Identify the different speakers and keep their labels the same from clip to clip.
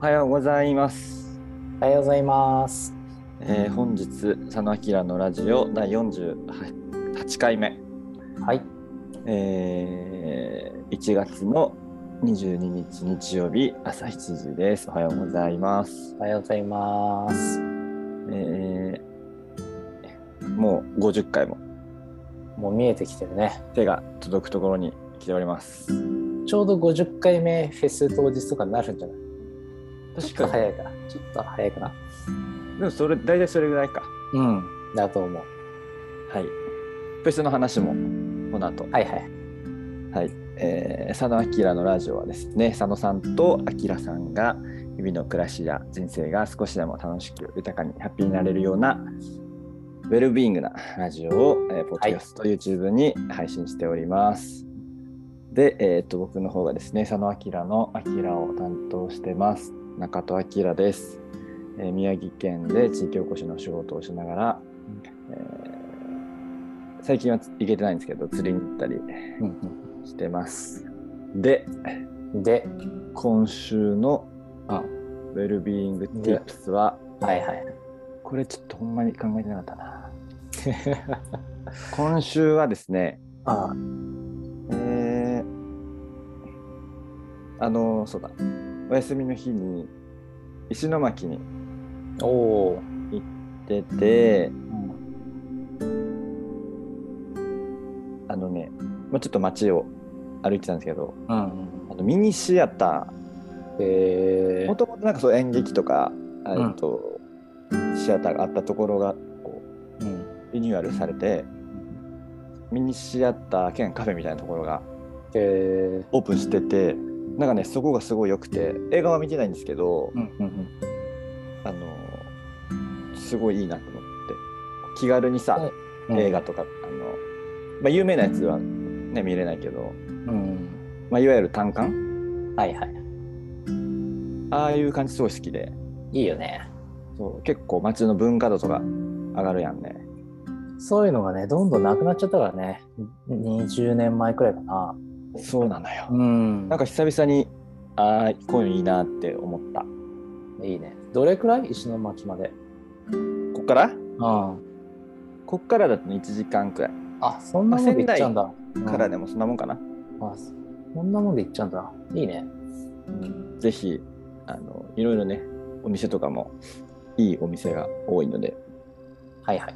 Speaker 1: おはようございます。
Speaker 2: おはようございます。
Speaker 1: えー本日佐野明のラジオ第48回目、
Speaker 2: はい。
Speaker 1: えー1月の22日日曜日朝7時です。おはようございます。
Speaker 2: おはようございます。
Speaker 1: えーもう50回も
Speaker 2: もう見えてきてるね。
Speaker 1: 手が届くところに来ております。
Speaker 2: ちょうど50回目フェス当日とかになるんじゃない
Speaker 1: 確
Speaker 2: ちょっと
Speaker 1: かに。
Speaker 2: 早いかな。ちょっと早いかな。
Speaker 1: でもそれ大体それぐらいか。
Speaker 2: うん。だと思う。
Speaker 1: はい。フェスの話もこの後。
Speaker 2: はいはい。
Speaker 1: はい、えー、佐野明のラジオはですね佐野さんと明さんが日々の暮らしや人生が少しでも楽しく豊かにハッピーになれるようなウェルビーイングなラジオを、えー、ポッドキャスト、YouTube に配信しております。で、えー、と僕の方がですね佐野明の「明」を担当してます中戸明です、えー宮城県で地域おこしの仕事をしながら、えー最近は行けてないんですけど釣りに行ったり
Speaker 2: うん
Speaker 1: してます。で、
Speaker 2: うん、で、
Speaker 1: 今週のあウェルビーイング Tips は、
Speaker 2: はいはい。
Speaker 1: これちょっとほんまに考えてなかったな。 今週はですね、
Speaker 2: あ
Speaker 1: えーあの、そうだ、お休みの日に石巻に
Speaker 2: あ。おお。
Speaker 1: 出て、
Speaker 2: うん
Speaker 1: あのね、まあ、ちょっと街を歩いてたんですけど、
Speaker 2: うん。
Speaker 1: あのミニシアタ
Speaker 2: え
Speaker 1: ー、も
Speaker 2: ー、
Speaker 1: ともとなんかそう演劇とか、え
Speaker 2: ん
Speaker 1: っとシアターがあったところがこう
Speaker 2: うん。
Speaker 1: リニューアルされてミニシアター兼カフェみたいなところが
Speaker 2: えー、
Speaker 1: オープンしててなんかねそこがすごい良くて映画は見てないんですけど、
Speaker 2: うんうん
Speaker 1: あのすごいいいなと思って気軽にさ、
Speaker 2: うん。
Speaker 1: 映画。とかあの、まあ、有名なやつは、ね、見れないけど、
Speaker 2: うん。
Speaker 1: まあ、いわゆる単館
Speaker 2: はいはい。
Speaker 1: ああいう感じすごい好きで
Speaker 2: いいよね。
Speaker 1: そう結構街の文化度とか上がるやんね
Speaker 2: そういうのがね、どんどんなくなっちゃったからね。20年前くらいかな。
Speaker 1: そうなのよ
Speaker 2: うん
Speaker 1: なんか久々にああこういうのいいなって思った
Speaker 2: いいね。どれくらい石巻まで。
Speaker 1: こっから
Speaker 2: うん。
Speaker 1: こっからだと1時間くらい
Speaker 2: あ、そんなもんで行っちゃうんだ。
Speaker 1: から
Speaker 2: ね。
Speaker 1: でもそんなもんかな、
Speaker 2: あ、そんなもんで行っちゃうんだ。いいね。
Speaker 1: ぜひあのいろいろねお店とかもいいお店が多いので
Speaker 2: はいはい。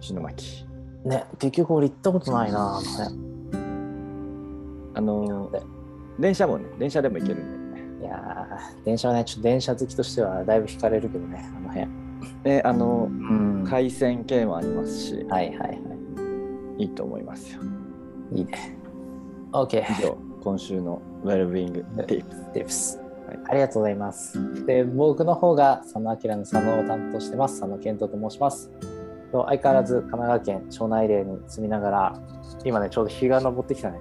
Speaker 1: 篠巻
Speaker 2: ね、結局俺行ったことないな。ね
Speaker 1: あの電車もね電車でも行けるんで
Speaker 2: いやー、電車はね、ちょっと電車好きとしてはだいぶ惹かれるけどね、あの辺。
Speaker 1: ねあの
Speaker 2: うんはい
Speaker 1: 海鮮系もありますし
Speaker 2: はいはい。
Speaker 1: いいと思いますよ
Speaker 2: いいね。OK。
Speaker 1: 以上今週のウェルビーイング Tips
Speaker 2: デプス
Speaker 1: はい。
Speaker 2: ありがとうございます。で、僕の方が佐野明の佐野を担当してます。佐野健人と申します。と相変わらず神奈川県庄内霊に住みながら、今ね、ちょうど日が昇ってきたね。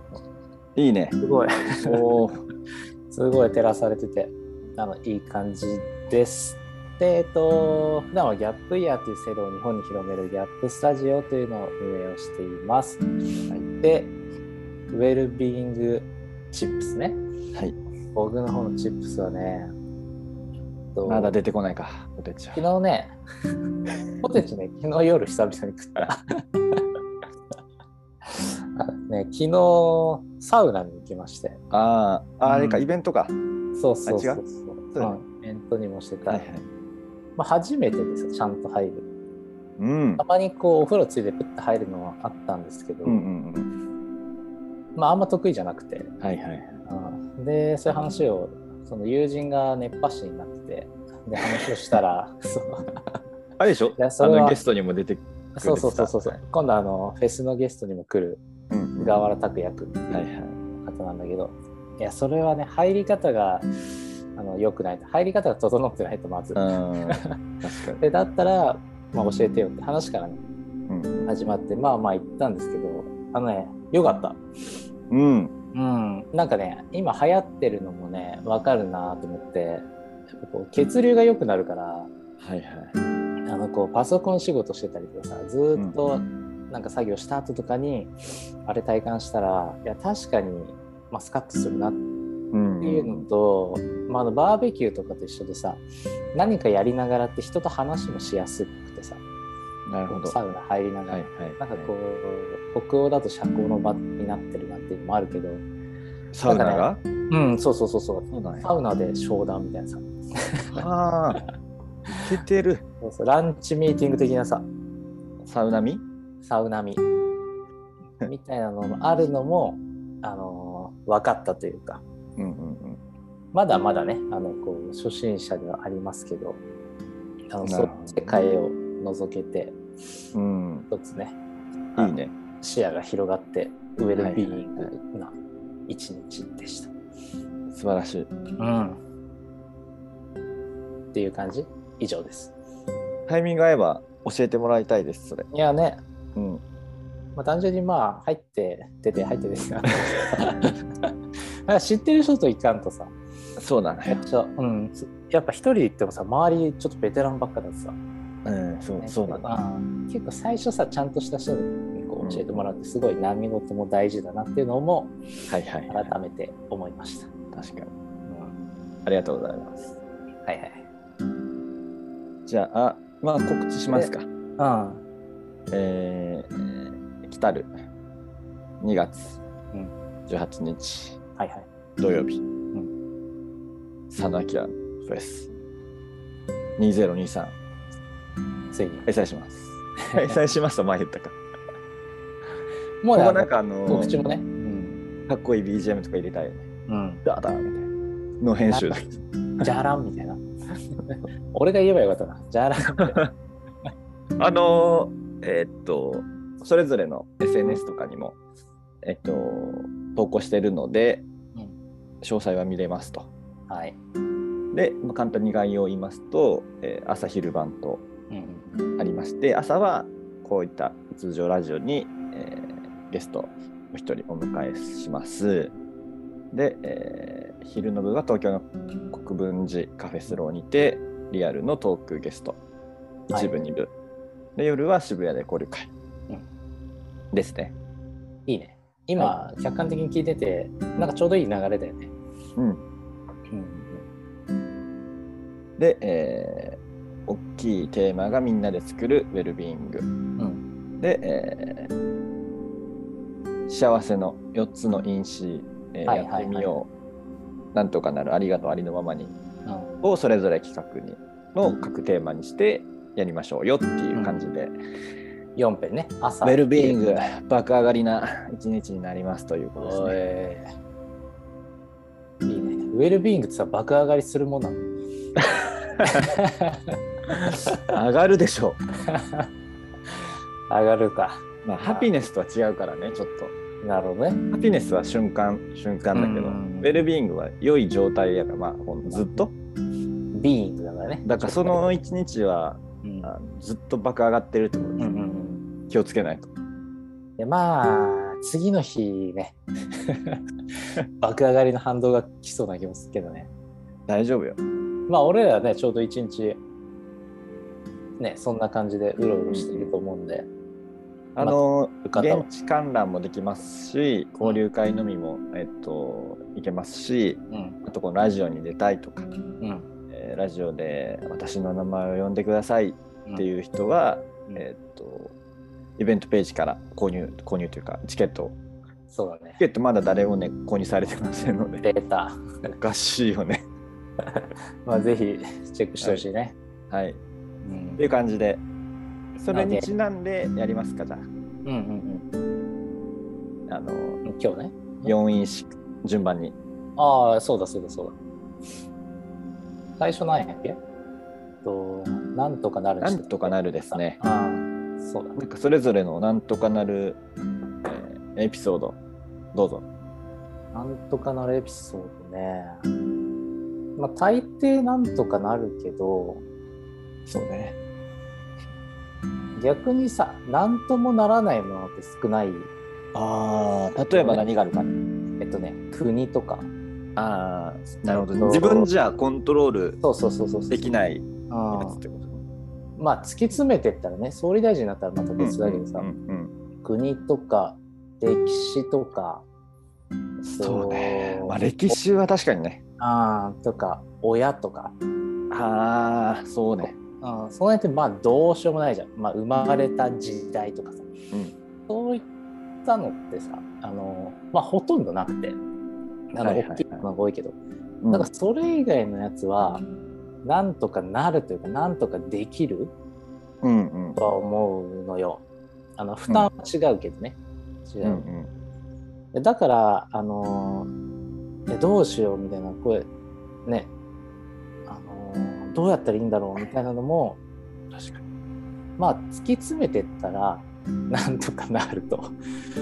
Speaker 1: いいね
Speaker 2: すごい、
Speaker 1: おー
Speaker 2: すごい照らされてて、あの、いい感じです。で、えっと、普段はギャップイヤーという制度を日本に広めるギャップスタジオというのを運営をしています。で、ウェルビーイングチップスね。
Speaker 1: はい
Speaker 2: 僕の方のチップスはね、と
Speaker 1: まだ出てこないかポテチは
Speaker 2: 昨日ね、ポテチね、昨日夜久々に食った。 あのね、昨日サウナに行きまして、
Speaker 1: あーああれか、
Speaker 2: うん
Speaker 1: イベントか
Speaker 2: そうそうそうそう
Speaker 1: そうだね
Speaker 2: うんイベントにもしてた、
Speaker 1: はいはい
Speaker 2: まあ、初めてですよちゃんと入る
Speaker 1: うん
Speaker 2: たまにこうお風呂ついでプッと入るのはあったんですけど、
Speaker 1: うんうんうん
Speaker 2: まああんま得意じゃなくて、
Speaker 1: はいはい
Speaker 2: うんでそういう話をその友人が熱波師になっててで話をし たらそう
Speaker 1: あれでしょ
Speaker 2: やそ
Speaker 1: あ
Speaker 2: れは
Speaker 1: のゲストにも出て
Speaker 2: そうそうそうそうそう今度あのフェスのゲストにも来る
Speaker 1: うんうん
Speaker 2: 菅原拓也君っていう
Speaker 1: はいはい
Speaker 2: 方なんだけど、いやそれはね入り方があの良くないと入り方が整ってないとまず、
Speaker 1: うん確かに
Speaker 2: でだったら、まあ、教えてよって話からね
Speaker 1: うん
Speaker 2: 始まってまあまあ行ったんですけどあのね良かった
Speaker 1: うん
Speaker 2: うんなんかね今流行ってるのもね分かるなと思ってやっぱこう血流が良くなるから
Speaker 1: はいはい
Speaker 2: あのこうパソコン仕事してたりとかさずーっとなんか作業した後とかにあれ体感したらいや確かに、まあ、スカッとするなっ
Speaker 1: うん
Speaker 2: っていうのと、まあ、あのバーベキューとかと一緒でさ何かやりながらって人と話もしやすくてさ
Speaker 1: なるほど。
Speaker 2: サウナ入りながら、
Speaker 1: はいはい。
Speaker 2: なんかこう北欧だと社交の場になってるなんていうのもあるけど
Speaker 1: サウナが、
Speaker 2: うんそうそうそうそう
Speaker 1: そうなんや
Speaker 2: サ。ウナで商談みたいなさ
Speaker 1: ああ、いけてる。
Speaker 2: そうそうランチミーティング的なさ
Speaker 1: サウナミ
Speaker 2: サウ ナみみたいなのもあるのも、あのー分かったというか
Speaker 1: うんうんうん。
Speaker 2: まだまだねあのこう初心者ではありますけどあの
Speaker 1: な
Speaker 2: そ
Speaker 1: る
Speaker 2: う
Speaker 1: ほど
Speaker 2: 世界を覗けて
Speaker 1: うん、
Speaker 2: 一つね
Speaker 1: いいね。
Speaker 2: 視野が広がってウェルビーイン
Speaker 1: はい
Speaker 2: グな一日でした。
Speaker 1: 素晴らしい。
Speaker 2: うん、っていう感じ以上です。
Speaker 1: タイミング合えば教えてもらいたいです、それ。
Speaker 2: いやね、
Speaker 1: うん。
Speaker 2: まあ、単純にまあ入って出て入ってです が知ってる人といかんとさ
Speaker 1: そうだね。
Speaker 2: うん、やっぱ一人で行ってもさ周りちょっとベテランばっかだとさ、
Speaker 1: うん、そうそうだね。
Speaker 2: うん結構最初さちゃんとした人にこう教えてもらうってすごい何事も大事だなっていうのも
Speaker 1: はいはい。
Speaker 2: 改めて思いました、
Speaker 1: 確かに。
Speaker 2: うん
Speaker 1: ありがとうございます。
Speaker 2: はいはい
Speaker 1: じゃあ、まあ告知しますか。
Speaker 2: うん
Speaker 1: えー、来たる2月
Speaker 2: うん
Speaker 1: 18日
Speaker 2: はいはい
Speaker 1: 土曜日、佐野明フェス2023
Speaker 2: ついに
Speaker 1: 開催し ます。開催しますと前言ったか。
Speaker 2: も
Speaker 1: こ
Speaker 2: うね
Speaker 1: こなんかあ
Speaker 2: あ
Speaker 1: の
Speaker 2: の告知もねうん、
Speaker 1: かっこいい BGM とか入れたいよね。
Speaker 2: うん、
Speaker 1: ダーダーみたいな。の編集だけど。
Speaker 2: じゃらんみたいな俺が言えばよかったなじゃらんみたいな
Speaker 1: あのーえーっと、それぞれの SNS とかにも、えっと、投稿してるので、
Speaker 2: うん
Speaker 1: 詳細は見れますと。
Speaker 2: はい、
Speaker 1: で、まあ簡単に概要を言いますと、えー朝昼晩と
Speaker 2: うん、
Speaker 1: ありまして、朝はこういった通常ラジオに、えーゲストお一人お迎えします。で、えー昼の部は東京の国分寺カフェスローにて、リアルのトークゲスト、
Speaker 2: はい
Speaker 1: 一部、二部。で、夜は渋谷で交流会。
Speaker 2: うん
Speaker 1: ですね。
Speaker 2: いいね今、客観的に聞いててなんかちょうどいい流れだよね
Speaker 1: うん。
Speaker 2: うん
Speaker 1: で、えー大きいテーマがみんなで作るウェルビーイング。
Speaker 2: うん
Speaker 1: で、えー幸せの4つの因子、えー
Speaker 2: はいはいはい
Speaker 1: やってみよう、なんとかなる、ありがとう、ありのままに、
Speaker 2: うん
Speaker 1: をそれぞれ企画に、の各テーマにしてやりましょうよっていう感じで、
Speaker 2: 4編ね朝
Speaker 1: ウェルビーイング、爆上がりな一日になりますということです
Speaker 2: お
Speaker 1: ね。
Speaker 2: いいいねウェルビーイングってさ爆上がりするもんなの
Speaker 1: 上がるでしょ
Speaker 2: 上がるか
Speaker 1: う。まあ、ハピネスとは違うからね、ちょっと。
Speaker 2: なるほどね
Speaker 1: ハピネスは瞬間、瞬間だけど、
Speaker 2: う
Speaker 1: ウ
Speaker 2: ん
Speaker 1: ェルビーイングは良い状態やから、まあ、ほんずっと。
Speaker 2: ビーイングだからね
Speaker 1: だからその一日は、
Speaker 2: うん
Speaker 1: あのずっと爆上がってるってことです
Speaker 2: うんう
Speaker 1: ね。
Speaker 2: んうん
Speaker 1: 気をつけないと。
Speaker 2: でまあ次の日ね爆上がりの反動が来そうな気もするけどね
Speaker 1: 大丈夫よ。
Speaker 2: まあ俺らねちょうど一日ねそんな感じでうろうろしてると思うんで、
Speaker 1: あの
Speaker 2: 受かったわ
Speaker 1: 現地観覧もできますし、交流会のみも、えっと、行けますし、
Speaker 2: うん
Speaker 1: あとこのラジオに出たいとか、
Speaker 2: うん
Speaker 1: えーラジオで私の名前を呼んでくださいっ
Speaker 2: うん、
Speaker 1: ていう人は、
Speaker 2: うん
Speaker 1: えっと、イベントページから購入、購入というか、チケットを、
Speaker 2: そうだね
Speaker 1: チケットまだ誰もね、購入されてませんので、
Speaker 2: データ
Speaker 1: おかしいよね。
Speaker 2: まあ、ぜひチェックしてほしいね。
Speaker 1: はい。
Speaker 2: うん
Speaker 1: という感じで、それ
Speaker 2: なの
Speaker 1: に
Speaker 2: で
Speaker 1: ちなんでやりますか、じゃ
Speaker 2: うんうん
Speaker 1: あ。あの、
Speaker 2: うん、今日ね。
Speaker 1: 4因子順番に。
Speaker 2: ああ、そうだそうだそうだ。最初何やっけえっと、なんとかなる
Speaker 1: なんとかな
Speaker 2: る
Speaker 1: るですね。
Speaker 2: ああ、そうだ
Speaker 1: なんかそれぞれのなんとかなる、えーエピソード、どうぞ。
Speaker 2: なんとかなるエピソードね。まあ、大抵なんとかなるけど、
Speaker 1: そうね。
Speaker 2: 逆にさ、なんともならないものって少ない。
Speaker 1: ああ、例えば何があるかね。
Speaker 2: えっとね、国とか。
Speaker 1: ああ、なるほど、
Speaker 2: えっと
Speaker 1: 自分じゃコントロール
Speaker 2: そうそうそうそうそう。
Speaker 1: でき
Speaker 2: い。
Speaker 1: ないやつっ
Speaker 2: ま
Speaker 1: てこと。
Speaker 2: あ、突き詰めてったらね、総理大臣になったらまた別だけどさ。
Speaker 1: うんうん
Speaker 2: 国とか歴史とか
Speaker 1: そうね。まあ、歴史は確かにね。
Speaker 2: あーとか親とか、
Speaker 1: ああ、そうね。
Speaker 2: うん、その辺ってまあどうしようもないじゃん、まあ、生まれた時代とかさ、
Speaker 1: うん
Speaker 2: そういったのってさあの、まあ、ほとんどなくてあの、
Speaker 1: はいはいはい
Speaker 2: 大きいものが多いけど、
Speaker 1: うん
Speaker 2: なんかそれ以外のやつはなんとかなるというかなんとかできる
Speaker 1: うんうん。
Speaker 2: とは思うのよあの負担は違うけどね、違
Speaker 1: う
Speaker 2: う、
Speaker 1: んうん。
Speaker 2: でだから、あのーえどうしようみたいな声ね、あのーどうやったらいいんだろうみたいなのも
Speaker 1: 確かに。
Speaker 2: まあ突き詰めてったらなんとかなると
Speaker 1: う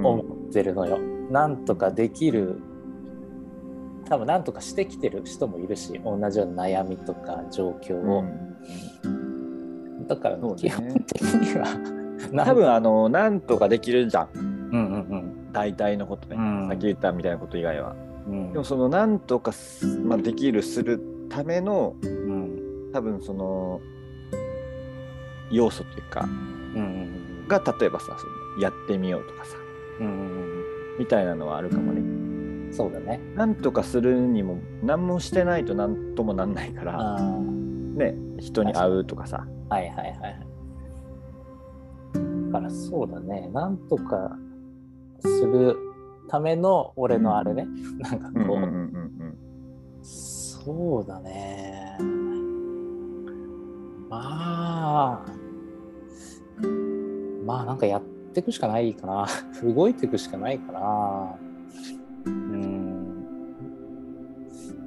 Speaker 1: ん
Speaker 2: 思ってるのよ。なんとかできる多分なんとかしてきてる人もいるし同じような悩みとか状況
Speaker 1: う
Speaker 2: を、
Speaker 1: ん
Speaker 2: だから
Speaker 1: そうね
Speaker 2: 基本的にはなん
Speaker 1: 多分あのなんとかできるじゃん
Speaker 2: うんうん
Speaker 1: 大体のことね、
Speaker 2: うん
Speaker 1: さっき言ったみたいなこと以外は
Speaker 2: うん
Speaker 1: でもそのなんとかす、まあ、できるするための
Speaker 2: うん
Speaker 1: 多分その要素というか
Speaker 2: うんうん
Speaker 1: が例えばさそのやってみようとかさ
Speaker 2: うんうん
Speaker 1: みたいなのはあるかもね
Speaker 2: うんそうだね。
Speaker 1: なんとかするにも何もしてないと何ともなんないから、
Speaker 2: あー
Speaker 1: ね人に会うとかさ
Speaker 2: はいはいはいはい。だからそうだね、なんとかするための俺のあれね、なんかこう、
Speaker 1: うんうんうん
Speaker 2: そうだね。まあ、まあなんかやっていくしかないかな、 動いていくしかないかな。うん。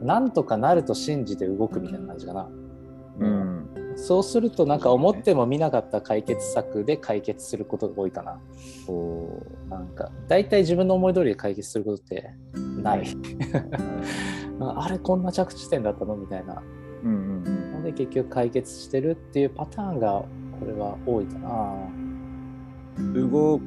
Speaker 2: なんとかなると信じて動くみたいな感じかな。
Speaker 1: うんうん
Speaker 2: そうするとなんか思っても見なかった解決策で解決することが多いかな。
Speaker 1: こ
Speaker 2: なんか大体自分の思い通りで解決することってな。
Speaker 1: はい
Speaker 2: あれこんな着地点だったのみたいな。
Speaker 1: ううんうん
Speaker 2: ので結局解決してるっていうパターンがこれは多いかな。
Speaker 1: うん動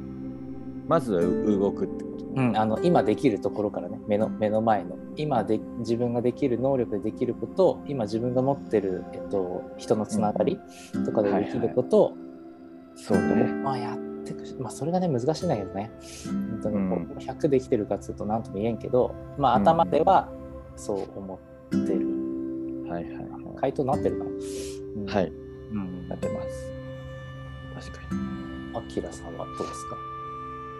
Speaker 1: まずは動くってことね
Speaker 2: うん、あの今できるところからね目の目の前の今で自分ができる能力でできることを今自分が持ってる、えっと、人のつながりとかでできることを
Speaker 1: そうね
Speaker 2: まあやってくし、まあ、それがね難しいんだけどね本当
Speaker 1: うん
Speaker 2: に僕も100できてるかっつうと何とも言えんけど、まあ
Speaker 1: うん
Speaker 2: 頭ではそう思ってる
Speaker 1: はいはいはい
Speaker 2: 回答なってるかな、うん
Speaker 1: はい、
Speaker 2: うん
Speaker 1: なってます。確かに。
Speaker 2: あきらさんはどうですか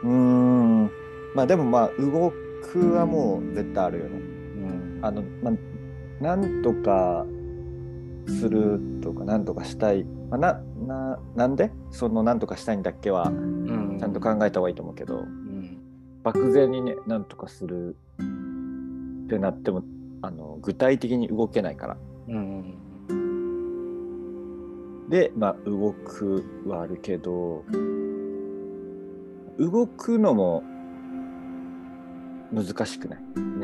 Speaker 1: うーん。まあでもまあ動くはもう絶対あるよね。
Speaker 2: うん
Speaker 1: あの、まあ、なんとかするとか、なんとかしたい。まあ、な、な、なんでそのなんとかしたいんだっけは、
Speaker 2: うん
Speaker 1: ちゃんと考えた方がいいと思うけど、
Speaker 2: うん
Speaker 1: 漠然にね、なんとかするってなっても、あの、具体的に動けないから。
Speaker 2: うん
Speaker 1: で、まあ、動くはあるけど動くのも難しくない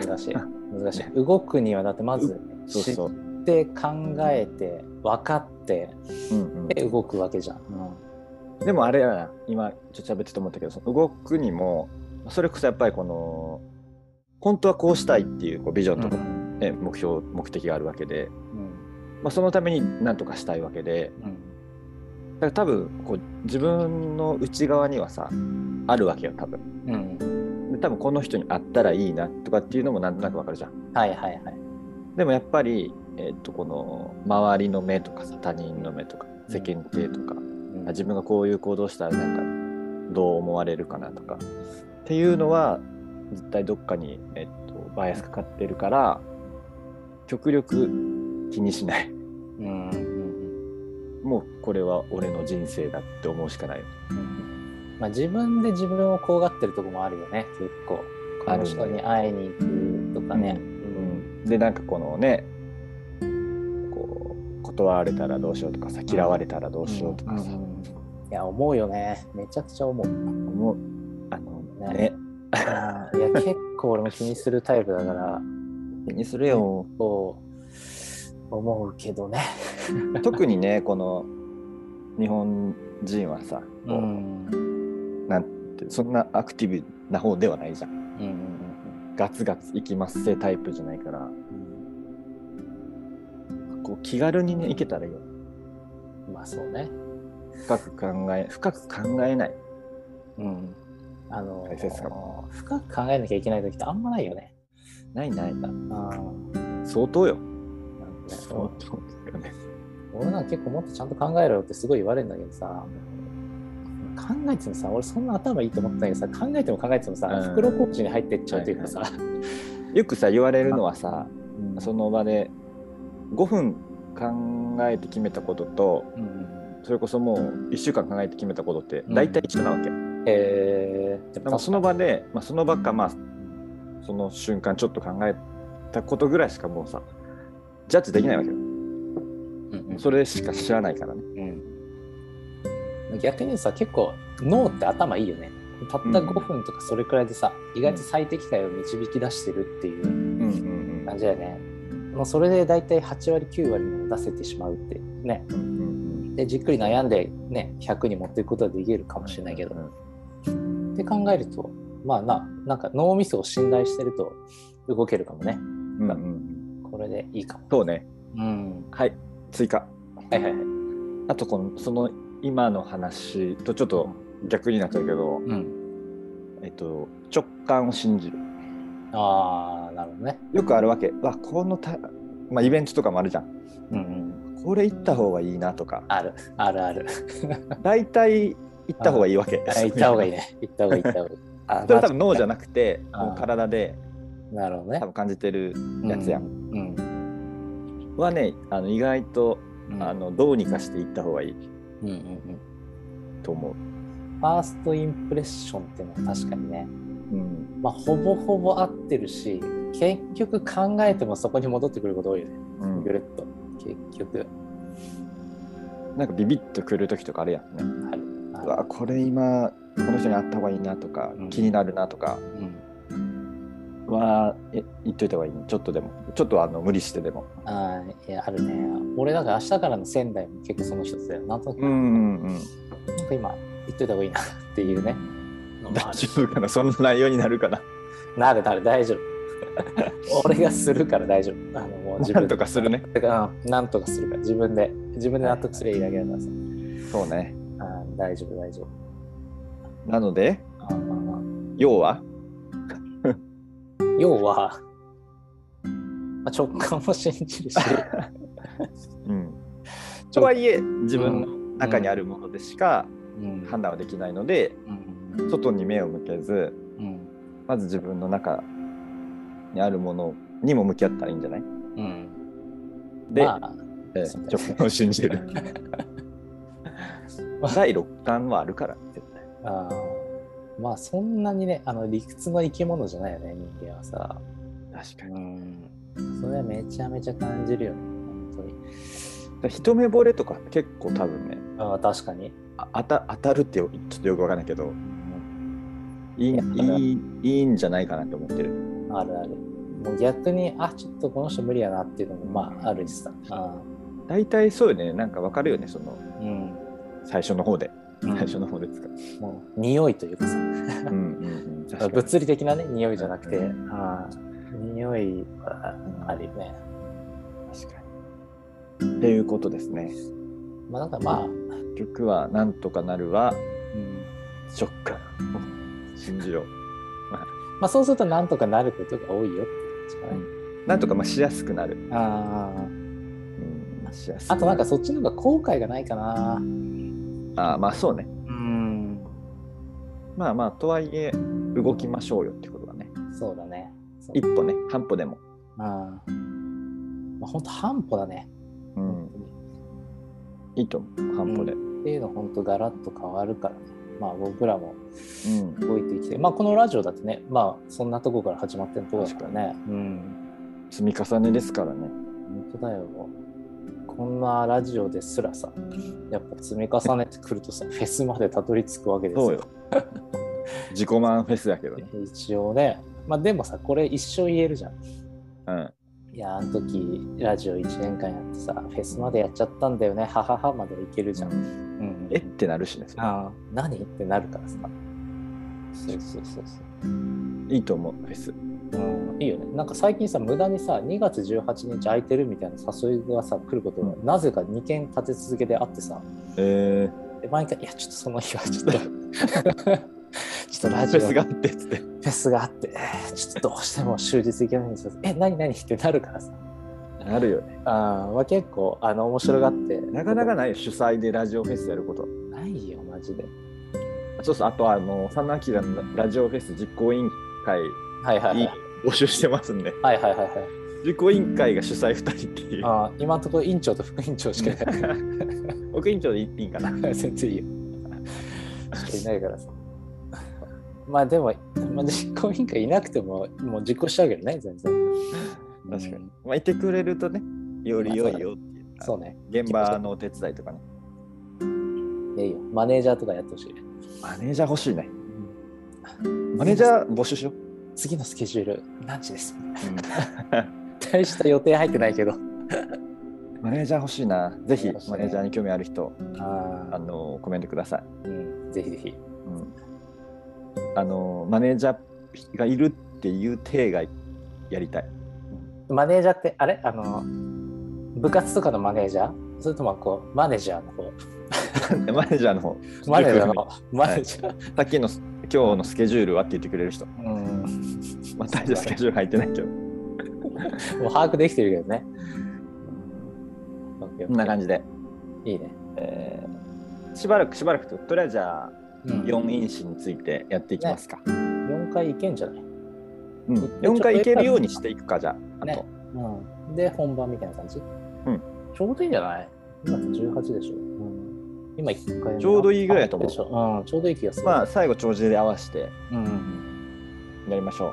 Speaker 2: 難しい
Speaker 1: あ
Speaker 2: 難しい動くにはだってまず
Speaker 1: そう
Speaker 2: 知っ
Speaker 1: そう、
Speaker 2: て考えて分かって
Speaker 1: うん
Speaker 2: で動くわけじゃん、
Speaker 1: うん、でもあれやな今ちょっと喋ってて思ったけどその動くにもそれこそやっぱりこの本当はこうしたいっていうこうビジョンとか、ね目標目的があるわけで、
Speaker 2: うん
Speaker 1: まあ、そのために何とかしたいわけで
Speaker 2: うん
Speaker 1: だから多分こう自分の内側にはさあるわけよ多分
Speaker 2: うん
Speaker 1: で多分この人に会ったらいいなとかっていうのもなんとなくわかるじゃん
Speaker 2: はいはいはい
Speaker 1: でもやっぱり、えっとこの周りの目とかさ他人の目とか世間体とか、
Speaker 2: うん
Speaker 1: 自分がこういう行動したらなんかどう思われるかなとかっていうのは絶対どっかに、えっとバイアスかかってるから極力気にしない
Speaker 2: うんうん
Speaker 1: もうこれは俺の人生だって思うしかない
Speaker 2: うんまあ、自分で自分を怖がってるとこもあるよね結構こ
Speaker 1: ある
Speaker 2: の
Speaker 1: ね
Speaker 2: 人に会いに行くとかね、
Speaker 1: うでなんかこのねこう断られたらどうしようとかさ嫌われたらどうしようとかさ、
Speaker 2: うんいや思うよねめちゃくちゃ思う
Speaker 1: もうあの
Speaker 2: ね
Speaker 1: ね
Speaker 2: あーいや結構俺も気にするタイプだから
Speaker 1: 気にするよ
Speaker 2: こう思うけどね
Speaker 1: 特にねこの日本人はさ、こうそんなアクティブな方ではないじゃん
Speaker 2: うんうん
Speaker 1: ガツガツいきますせタイプじゃないから
Speaker 2: うん
Speaker 1: こう気軽にねいけたらいいよ
Speaker 2: うんまあそうね
Speaker 1: 深く考え深く考えない
Speaker 2: うんあの
Speaker 1: 大切か
Speaker 2: 深く考えなきゃいけない時ってあんまないよね。
Speaker 1: ないないない。
Speaker 2: あ
Speaker 1: 相当よ。
Speaker 2: あ、
Speaker 1: 相当だよね。
Speaker 2: 俺なんか結構もっとちゃんと考えろよってすごい言われるんだけどさ考えてもさ俺そんな頭いいと思ったんだけどさ考えても考えてもさ、
Speaker 1: うん
Speaker 2: 袋小路に入ってっちゃうというかさ、
Speaker 1: よくさ言われるのはさ
Speaker 2: うん
Speaker 1: その場で5分考えて決めたことと
Speaker 2: うん
Speaker 1: それこそもう1週間考えて決めたことって大体一緒なわけ。
Speaker 2: えー、で
Speaker 1: でもその場で、まあ、その場か、まあ、その瞬間ちょっと考えたことぐらいしかもうさジャッジできないわけよ。
Speaker 2: うんうん
Speaker 1: それしか知らないからね。
Speaker 2: うん逆にさ結構脳って頭いいよねたった
Speaker 1: うん
Speaker 2: 5分とかそれくらいでさ、意外と最適解を導き出してるっていう
Speaker 1: うんうん
Speaker 2: 感じだよね、もうそれで大体8割9割も出せてしまうっていうね
Speaker 1: うんうん
Speaker 2: でじっくり悩んでね100に持っていくことはできるかもしれないけど、って考えるとまあななんか脳みそを信頼してると動けるかもね
Speaker 1: うんうん
Speaker 2: これでいいかも、
Speaker 1: そうね。
Speaker 2: うん、
Speaker 1: はい追加。
Speaker 2: はいはいはい、
Speaker 1: あとこのその今の話とちょっと逆になっちゃうけど、
Speaker 2: うん、
Speaker 1: えっと、直感を信じる。
Speaker 2: ああなるほどね
Speaker 1: よくあるわけ。わこのた、まあ、イベントとかもあるじゃん。
Speaker 2: うんうん、
Speaker 1: これ行った方がいいなとか
Speaker 2: あるある ある
Speaker 1: 大体行った方がいいわけ。
Speaker 2: あ行った方がいい。ね。行った方がいい、行った方がいい。あ
Speaker 1: それは多分脳じゃなくて、
Speaker 2: あー
Speaker 1: もう体で
Speaker 2: なるほどね
Speaker 1: 多。分感じてるやつや。
Speaker 2: うんん。
Speaker 1: はね、あの意外と
Speaker 2: うん
Speaker 1: あのどうにかして行った方がいい
Speaker 2: うんうんうん。
Speaker 1: と思う。
Speaker 2: ファーストインプレッションっていうのは確かにね、
Speaker 1: うん。
Speaker 2: まあ、ほぼほぼ合ってるし、結局考えてもそこに戻ってくること多いよね。
Speaker 1: うん
Speaker 2: ぐるっと。結局、
Speaker 1: なんかビビッとくる時とかあるやんね。
Speaker 2: ある。あ
Speaker 1: う
Speaker 2: る
Speaker 1: わこれ今この人に会った方がいいなとか、
Speaker 2: うん
Speaker 1: 気になるなとか
Speaker 2: うん、
Speaker 1: はえ言っといた方がいいちょっとでもちょっとあの無理してでも
Speaker 2: あーいやあるね。俺なんか明日からの仙台も結構その一つだよ。なんとなく、
Speaker 1: んうんうん
Speaker 2: なんか今、言っといた方がいいなっていうね。のも
Speaker 1: 大
Speaker 2: ある
Speaker 1: 丈夫かなそんな内容になるかな
Speaker 2: なるなる、大丈 夫。俺がするから大丈夫。あのもう自
Speaker 1: な
Speaker 2: 分
Speaker 1: んとかするね
Speaker 2: だから、うんなんとかするから、自分で、自分で納得すればいいだけだからさ。
Speaker 1: そうね
Speaker 2: あー大丈夫、大丈夫。
Speaker 1: なので
Speaker 2: あーまあま
Speaker 1: 要は
Speaker 2: あ要は、まあ、直感も信じ るし、
Speaker 1: うんとはいえ自分
Speaker 2: 分
Speaker 1: の
Speaker 2: の
Speaker 1: 中にあるものでしか
Speaker 2: うん
Speaker 1: 判断はできないので、
Speaker 2: うん
Speaker 1: 外に目を向けず
Speaker 2: うん
Speaker 1: まず自分の中にあるものにも向き合ったらいいんじゃない
Speaker 2: うん
Speaker 1: で、
Speaker 2: まあ
Speaker 1: え
Speaker 2: そう
Speaker 1: ー
Speaker 2: ね
Speaker 1: 直感を信じる第6巻はあるから絶対
Speaker 2: あーまあそんなにねあの理屈の生き物じゃないよね人間はさ
Speaker 1: 確か
Speaker 2: うんそれはめちゃめちゃ感じるよね本当に
Speaker 1: に一目惚れとか結構多分ね
Speaker 2: あー確かに、
Speaker 1: あ当た当たるってよちょっとよくわかんないけどいいいいいいんじゃないかなって思ってる
Speaker 2: あるあるもう逆にあちょっとこの人無理やなっていうのもまああるしさ、
Speaker 1: 大体そうよねなんかわかるよねその
Speaker 2: うん
Speaker 1: 最初の方で
Speaker 2: うん
Speaker 1: 最初の方ですか、
Speaker 2: もう匂いというかさ
Speaker 1: うんうんうん、確かに
Speaker 2: 物理的なね匂いじゃなくて、
Speaker 1: う
Speaker 2: あー匂いはあるよね、
Speaker 1: 確かにっていうことですね
Speaker 2: まあなんかまあ、
Speaker 1: 結局は「なんとかなる」は
Speaker 2: うん
Speaker 1: ショック信じよう
Speaker 2: まあそうするとなんとかなることが多いよって感じかね、
Speaker 1: なんとかまあしやすくなる、
Speaker 2: あ
Speaker 1: うん、しやすく
Speaker 2: ああとなんかそっちの方が後悔がないかな
Speaker 1: あーまあそうね
Speaker 2: うん
Speaker 1: まあまあとはいえ動きましょうよってことだね
Speaker 2: そうだねそう
Speaker 1: 一歩ね半歩でも、
Speaker 2: あーまあ本当半歩だね
Speaker 1: うん、いいと思う半歩で、
Speaker 2: っていうの本当ガラッと変わるからねまあ僕らも
Speaker 1: うん、
Speaker 2: 動いてきてまあこのラジオだってねまあそんなとこから始まってるとこだからねうん
Speaker 1: 積み重ねですからね
Speaker 2: 本当だよ。こんなラジオですらさ、やっぱ積み重ねてくるとさ、フェスまでたどり着くわけです
Speaker 1: そうよ。 自己満フェスだけどね、
Speaker 2: 一応ね。まあでもさ、これ一生言えるじゃん。
Speaker 1: うん、
Speaker 2: いや、あの時ラジオ1年間やってさ、フェスまでやっちゃったんだよね、はははまではいけるじゃん。うん
Speaker 1: えってなるしねそれ
Speaker 2: ああ何ってなるからさ。そうそうそうそう。
Speaker 1: いいと思うフェス
Speaker 2: うんいいよねなんか最近さ無駄にさ2月18日空いてるみたいな誘いがさ来ることが、
Speaker 1: う
Speaker 2: なぜか2件立て続けであってさ、
Speaker 1: え
Speaker 2: で毎回「いやちょっとその日はちょっとちょっちょっとラ
Speaker 1: フ
Speaker 2: ジオ
Speaker 1: ェスがあってっつって。
Speaker 2: フェスがあって、えーちょっとどうしても終日行けないんですよ。え、何何ってなるからさ。
Speaker 1: なるよね。
Speaker 2: あーまあ、結構、あの、面白がって。
Speaker 1: なかなかないよ主催でラジオフェスやること。
Speaker 2: ないよ、マジで。
Speaker 1: そうそう、あとはあの、佐野明のラジオフェス実行委員会
Speaker 2: はいはいはい。
Speaker 1: に募集してますんで、
Speaker 2: はいはいはいはい。
Speaker 1: 実行委員会が主催2人っていう。
Speaker 2: あー今のところ、院長と副院長しかいない。
Speaker 1: 奥委員長で1品かな。
Speaker 2: 全然いいよ。しかいないからさ。 まあでも、まあ、実行委員会いなくても、もう実行しちゃうけどね、全然。
Speaker 1: 確かに
Speaker 2: うん。
Speaker 1: まあ、いてくれるとね、より良いよっていう。
Speaker 2: そうね。
Speaker 1: 現場のお手伝いとかね。
Speaker 2: いいよ。マネージャーとかやってほしい。
Speaker 1: マネージャー欲しいね。マ
Speaker 2: マ
Speaker 1: ネージ
Speaker 2: ー
Speaker 1: ャー募集しよう。
Speaker 2: 次のスケジュール、何時です。大した予定入ってないけど。
Speaker 1: マネージャー欲しいな。ぜひ
Speaker 2: 欲しいね
Speaker 1: マネージャーに興味ある人、あ
Speaker 2: あ
Speaker 1: のコメントください。
Speaker 2: あ、うん、ぜひぜひ。
Speaker 1: うん、あのマネージャーがいるっていう体がやりたい。
Speaker 2: マネージャーって、あれあの、部活とかのマネージャーそれともこう、マネージャーの方。
Speaker 1: マネージャーの方。
Speaker 2: マネージャー
Speaker 1: 塾
Speaker 2: の、マネージャー。
Speaker 1: さっきの今日のスケジュールはって言ってくれる人。
Speaker 2: うん、
Speaker 1: まあ、大したスケジュール入ってないけど。
Speaker 2: もう把握できてるけどね。
Speaker 1: こんな感じで、
Speaker 2: じ。いいね。
Speaker 1: えーしばらくしばらくと、とりあえずじゃあ、
Speaker 2: うん
Speaker 1: 4因子についてやっていきますか。
Speaker 2: 4回いけんじゃない、
Speaker 1: うん、4回いけるようにしていくか、じゃあ。あと、
Speaker 2: ねうん、で、本番みたいな感じ
Speaker 1: ん
Speaker 2: ちょうどいいんじゃない今って18でしょ。うん、今1回目
Speaker 1: ちょうどいいぐらいだと思う
Speaker 2: でしょ、うん。ちょうどいい気がする。
Speaker 1: まあ、最後、長寿で合わせて
Speaker 2: うん、
Speaker 1: やりましょ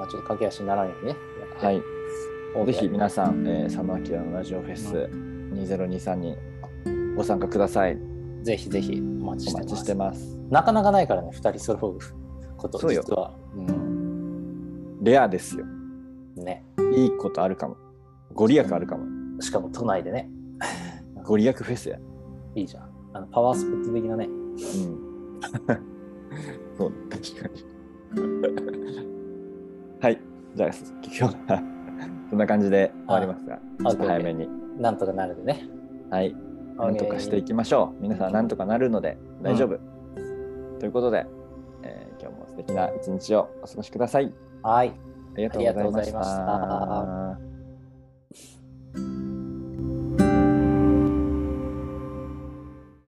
Speaker 2: まあ、ちょっと駆け足にならんようにね。
Speaker 1: う。はい。
Speaker 2: オーケ
Speaker 1: ぜ
Speaker 2: ー
Speaker 1: ひ皆さん、えー、佐野明のラジオフェス2023にご参加ください。
Speaker 2: ぜひぜひお待ち
Speaker 1: お
Speaker 2: して
Speaker 1: 待
Speaker 2: ま
Speaker 1: ち
Speaker 2: す。
Speaker 1: してます。
Speaker 2: なかなかないからね、2人揃うこと、
Speaker 1: そうよ
Speaker 2: 実は。うん、
Speaker 1: レアですよ。
Speaker 2: ね。
Speaker 1: いいことあるかも。ご利益あるかも。
Speaker 2: しかも都内でね、
Speaker 1: ご利益フェスや。
Speaker 2: いいじゃん。あのパワースポット的なね。
Speaker 1: うん。 そう、確かに。 はい。じゃあ、今日は そんな感じで終わりますが、ちょっと早めに。
Speaker 2: なんとかなるでね。
Speaker 1: はい。なんとかしていきましょう。皆さん、なんとかなるので大丈夫。ということで、えー今日も素敵な一日をお過ごしください。
Speaker 2: はい。
Speaker 1: ありがとうございました。
Speaker 2: ありがとうございま